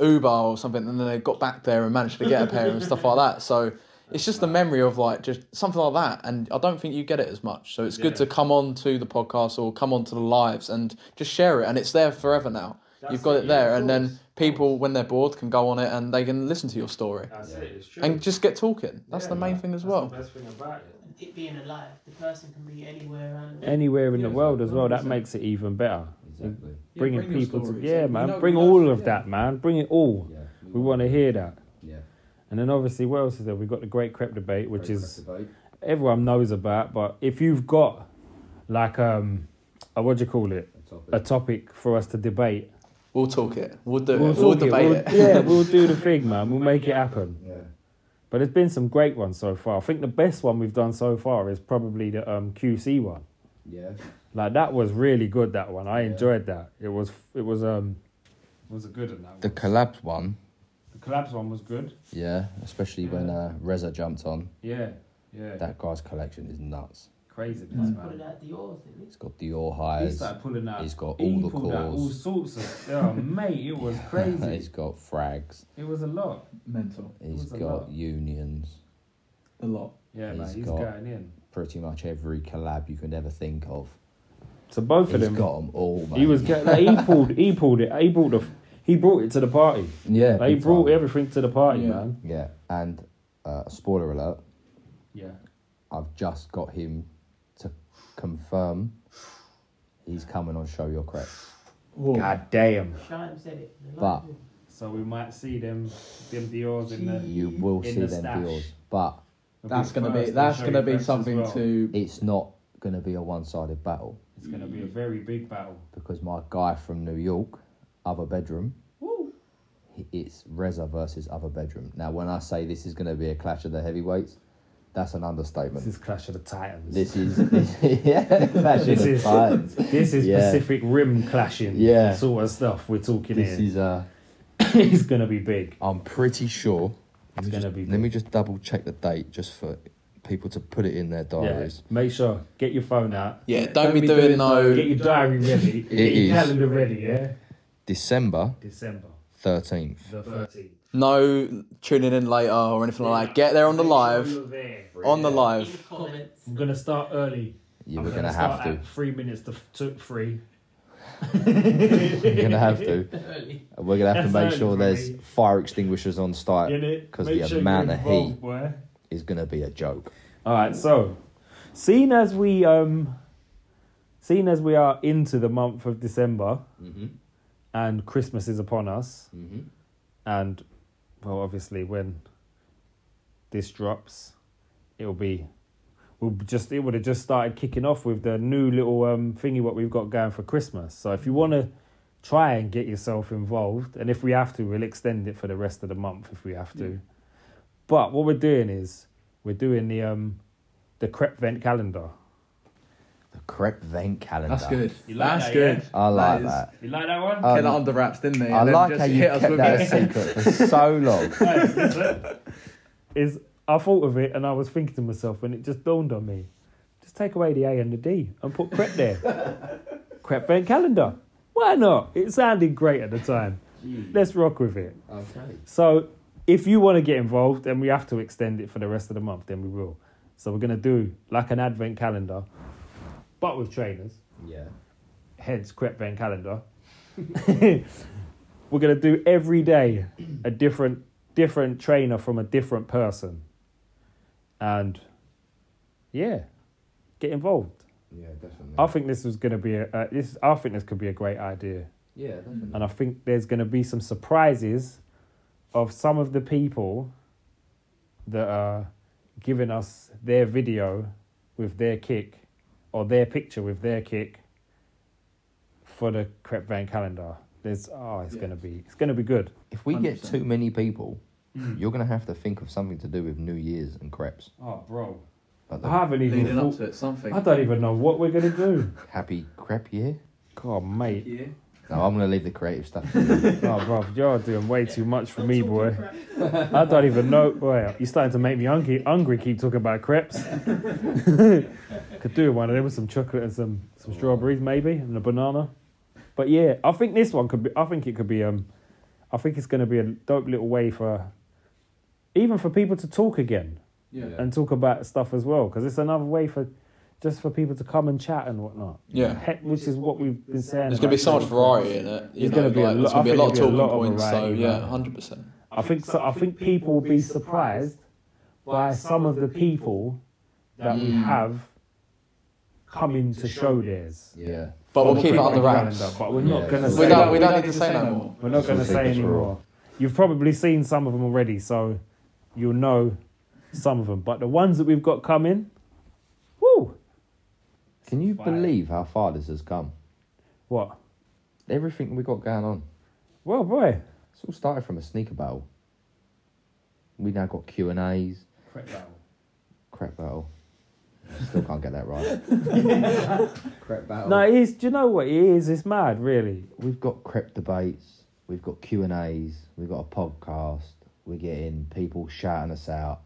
C: Uber or something, and then they got back there and managed to get a pair and stuff like that. So it's just the memory of like just something like that, and I don't think you get it as much. So it's good to come on to the podcast or come on to the lives and just share it, and it's there forever now. You've got it, there, and then people, when they're bored, can go on it and they can listen to your story
G: That's it. It's true.
C: and just get talking. That's
G: Yeah,
C: the main
G: man.
C: thing as
G: That's
C: well.
G: The best thing about it.
F: It being alive, the person can be anywhere around. the world.
D: Anywhere in the
A: Yeah,
D: world as well. That
A: 100%.
D: makes it even better.
B: Exactly.
A: Yeah,
D: Bringing
A: bring your
D: people to
A: stories.
D: yeah,
A: You
D: man.
A: know-
D: bring
A: you know-
D: all of
A: yeah.
D: that, man. Bring it all.
B: Yeah.
D: We want to hear that.
B: Yeah.
D: And then obviously, what else is there? We've got the Great Crep Debate, which is
B: eh?
D: everyone knows about. But if you've got like um, a, what do you call it? A topic for us to debate.
C: We'll talk it. We'll do it. We'll
D: talk it,
C: debate
D: we'll-
C: it.
D: Yeah, we'll do the thing, man. We'll make it happen.
B: Yeah.
D: But there's been some great ones so far. I think the best one we've done so far is probably the um, QC one.
B: Yeah.
D: Like that was really good. That one I enjoyed that. It was it was um was good at that.
B: The
D: one.
B: collabs one,
D: the collabs one was good.
B: yeah, especially when uh, Reza jumped on.
D: Yeah, yeah,
B: That guy's collection is nuts.
D: craziness,
F: Put it
D: man.
F: out Dior's, didn't
B: He's got Dior
D: He
B: highs.
D: started pulling out.
B: He's got
D: he
B: all the
D: pulled out all
B: cores.
D: sorts of. Oh, mate, it was crazy.
B: He's got frags.
D: It was a lot.
A: Mental.
B: He's
D: was a
B: got
D: lot.
B: unions.
A: A lot.
D: Yeah,
B: He's
D: man, he's
B: got-
D: going in.
B: Pretty much every collab you could ever think of.
D: So both
B: He's got 'em got them all, mate.
D: He was get, like, he pulled he pulled it he brought the he brought it to the party.
B: Yeah.
D: Like, he
B: big
D: brought
B: time.
D: everything to the party,
A: Yeah.
D: man.
B: Yeah, and uh, spoiler alert,
D: Yeah.
B: I've just got him to confirm he's coming on Show Your Crep.
D: God damn.
F: he? Shime said it. They
B: But-
F: liked it.
D: So we might see them them Dior's in the
B: You will
D: In
B: see
D: the
B: them
D: stash.
B: deals, but
C: That's gonna
D: first
C: be
D: and
C: that's
D: show
C: gonna
D: you
C: be
D: crepes as
C: something
D: well.
C: to
B: it's not going to be a one-sided battle
D: It's gonna be a very big battle.
B: because my guy from New York, other bedroom,
F: Woo.
B: he- it's Reza versus other bedroom. Now, when I say this is going to be a clash of the heavyweights, that's an
D: This
B: understatement.
D: is Clash of the Titans.
B: This is, yeah, clash of
D: This
B: the
D: is-
B: titans.
D: This is
B: Yeah.
D: Pacific Rim clashing
B: Yeah.
D: sort of stuff we're talking
B: This
D: here.
B: is uh,
D: it's gonna be big.
B: I'm pretty sure
D: It's gonna be
B: Let
D: big.
B: me just double check the date just for people to put it in their
D: Yeah.
B: diaries.
D: Make sure get your phone out.
C: yeah. Don't, be, doing, no.
D: Get your diary ready. get
B: is.
D: your calendar ready, yeah?
B: December
D: December
B: 13th.
D: the thirteenth.
C: no tuning in later or anything like that. Get there on the
D: Make
C: live.
D: sure you're there.
C: On the
F: In the
C: live.
F: comments.
D: I'm gonna start early.
B: You
D: I'm
B: were going to
D: start
B: have to.
D: at Three minutes to, to three.
B: You're going to have to.
F: Early.
B: And We're going to have to
D: That's
B: make
D: early
B: sure
D: for
B: there's
D: me.
B: fire extinguishers on site.
D: Innit?
B: 'Cause
D: Make
B: the
D: sure
B: amount
D: you're
B: of
D: involved,
B: heat.
D: boy.
B: It's going to be a joke.
D: All right, so seeing as we um, seeing as we are into the month of December
B: Mm-hmm.
D: and Christmas is upon us,
B: Mm-hmm.
D: and well, obviously when this drops, it'll be we'll just it would have just started kicking off with the new little um thingy what we've got going for Christmas. So if you want to try and get yourself involved, and if we have to, we'll extend it for the rest of the month if we have to. But what we're doing is we're doing the um the crep vent calendar.
B: The correct vent calendar.
A: That's good.
D: You like
A: That's
D: that,
A: good.
D: yeah?
B: I like
A: is-
B: that.
D: You like that one?
B: Um,
A: Get that under wraps, didn't they?
B: I
A: And then
B: like
A: just
B: how you
A: hit us
B: kept
A: with
B: that a
A: it.
B: secret for so long.
D: is I thought of it and I was thinking to myself when it just dawned on me, just take away the A and the D and put crep there. crep vent calendar. Why not? It sounded great at the time. Let's rock with it.
B: Okay.
D: So if you want to get involved and we have to extend it for the rest of the month, then we will. So we're gonna do like an advent calendar, but with trainers
B: Yeah.
D: hence Crep Van Calendar. We're gonna do every day a different different trainer from a different person, and yeah, get involved.
B: Yeah, definitely.
D: I think this was gonna be a uh, this. I think this could be a great idea,
B: yeah, definitely.
D: and I think there's gonna be some surprises of some of the people that are giving us their video with their kick or their picture with their kick for the Crep Van calendar. There's oh, it's gonna be it's gonna be good.
B: If we get
A: 100%.
B: too many people,
D: Mm.
B: you're going to have to think of something to do with New Year's and crepes.
D: Oh, bro,
B: Like
D: I
B: the
D: haven't even.
A: Leading up
D: Thought,
A: to it, something.
D: I don't even know what we're gonna do.
B: Happy Crep Year.
D: God, mate,
A: Yeah.
B: No, I'm going to leave the creative stuff. to you.
D: oh, bro, you're doing way too much for
F: Don't
D: me,
F: talk
D: boy.
F: crap.
D: I don't even know. Boy, you're starting to make me hungry. Hungry. Keep talking about crepes. Could do with one of them with some chocolate and some some strawberries maybe and a banana. But yeah, I think this one could be. I think it could be. Um, I think it's going to be a dope little way for, even for people to talk again
A: Yeah.
D: and talk about stuff as well because it's another way for, just for people to come and chat and whatnot.
C: Yeah.
D: Heck, which is what we've been saying.
C: There's gonna be
D: about
C: so much
D: this.
C: variety in it. You
D: There's
C: know,
D: gonna
C: like,
D: be a
C: there's
D: lot- I
C: gonna be a
D: think
C: lot of
D: there'll
C: talking
D: be a lot of
C: points. So
D: variety,
C: yeah,
D: man.
C: hundred percent.
D: I think so. I think people will be surprised by some of the people that
B: Hmm.
D: we have coming to show theirs.
B: Yeah.
C: But we'll keep it
D: Put
C: under
D: the
C: wraps.
D: calendar, But we're not
B: Yeah.
D: going to
C: We
D: say.
C: don't. We don't need to say no more.
D: We're not going to
B: We'll
D: say
B: keep it
D: any
B: raw.
D: more. You've probably seen some of them already, so you'll know some of them. But the ones that we've got coming, woo!
B: Can you
D: Fire.
B: believe how far this has come?
D: What?
B: Everything we got going on.
D: Well, boy,
B: It's all started from a sneaker battle. We now got Q and A's,
D: crap battle.
B: crap battle. Still can't get that right.
E: Crep battle.
B: Oh.
D: No, it is. Do you know what it is? It's mad, really.
B: We've got crep debates. We've got Q and A's. We've got a podcast. We're getting people shouting us out.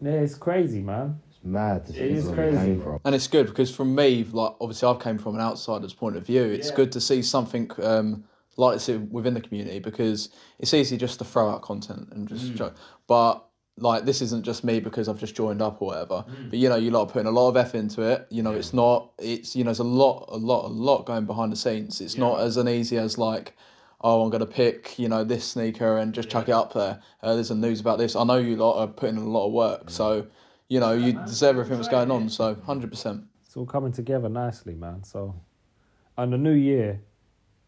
D: Yeah, it's crazy, man.
B: It's mad to see
D: is
B: where we
D: crazy.
B: came from.
C: And it's good because from me, like obviously I've came from an outsider's point of view. It's
G: Yeah.
C: good to see something um, like this within the community because it's easy just to throw out content and just joke. But like this isn't just me because I've just joined up or whatever. But you know, you lot are putting a lot of effort into it. You know, it's not. It's you know, there's a lot, a lot, a lot going behind the scenes. It's not as uneasy as like. Oh, I'm gonna pick you know this sneaker and just chuck it up there. Uh, there's some news about this. I know you lot are putting in a lot of work, so you know you deserve everything that's going on. So hundred percent.
D: It's all coming together nicely, man. So, and the new year,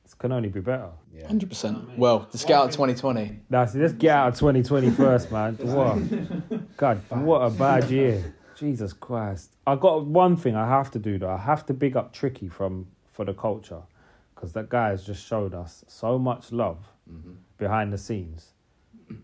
D: it can only be better.
C: Hundred percent. Well, the Scout twenty twenty.
D: Now, see, let's get out of 2020 first, man. What? God, what a bad year. Jesus Christ. I got one thing I have to do, though. I have to big up Tricky from for the culture because that guy has just showed us so much love behind the scenes.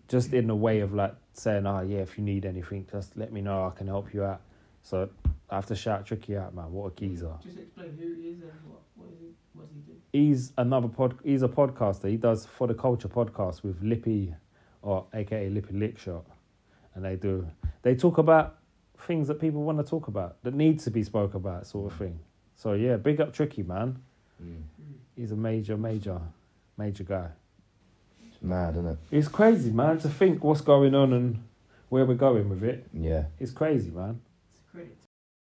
D: Just in the way of like saying, oh, yeah, if you need anything, just let me know. I can help you out. So I have to shout Tricky out, man. What a geezer.
F: Just explain who he is and what, what, is he, what does he do.
D: he's another pod. He's a podcaster. He does for the culture podcast with Lippy, or AKA Lippy Lickshot, and they do. They talk about things that people want to talk about that need to be spoke about, sort of thing. So yeah, big up Tricky man. He's a major, major, major guy.
B: It's mad, isn't it?
D: It's crazy, man, to think what's going on and where we're going with it.
B: Yeah.
D: It's crazy, man.
F: It's a credit to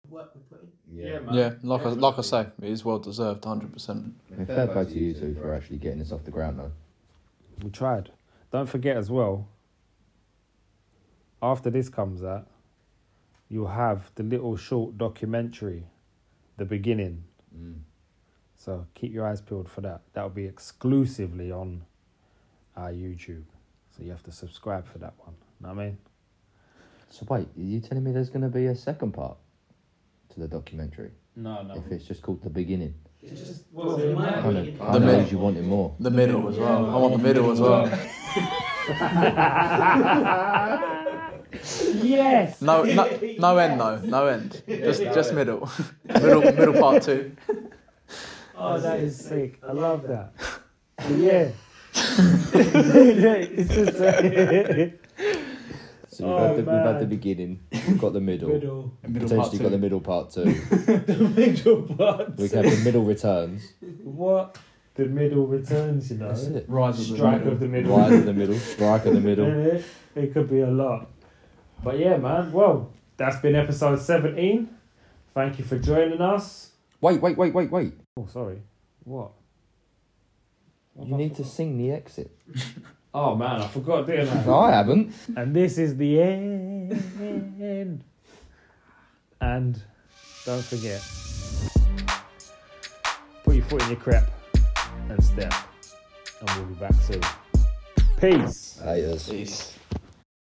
F: the work we're putting.
G: Yeah, man.
C: Yeah, like I, like I
G: Definitely.
C: say, it is well deserved. Hundred percent.
B: And fair play to you two for actually getting this off the ground though.
D: We tried. Don't forget as well. After this comes out, you'll have the little short documentary, the beginning. So keep your eyes peeled for that. That'll be exclusively on our YouTube. So you have to subscribe for that one. Know what I mean?
B: So wait, are you telling me there's going to be a second part to the documentary?
D: No,
B: If it's just called the beginning,
F: It's just
G: well, the
F: my
B: I know,
F: opinion.
B: I know you wanted more.
C: The middle as well. I want the middle as well.
D: Yes.
C: No, no, no end though. No end. Just just middle. middle middle part two.
D: Oh, that is sick. I love that. yeah. yeah, it's just
B: So we've, had
D: Oh,
B: the, we've had
D: man.
B: the beginning, we've got the middle,
D: middle,
A: And middle part
B: potentially got the
A: two.
B: middle part two.
D: middle part.
B: we can have the middle returns.
D: What? The middle returns, you know.
B: That's it.
A: Rise of the
D: Strike
A: middle.
D: of the middle.
B: Wide in the middle, strike in the middle.
D: it, it could be a lot. But yeah, man. Well, that's been episode 17. Thank you for joining us.
B: Wait, wait, wait, wait, wait.
D: Oh, sorry. What? What
B: You
D: have I
B: need to sing the exit.
D: forgot? Oh, man, I forgot, didn't I?
B: No, I haven't.
D: And this is the end. and don't forget, put your foot in your crap and step. And we'll be back soon. Peace.
B: Haters.
C: Peace.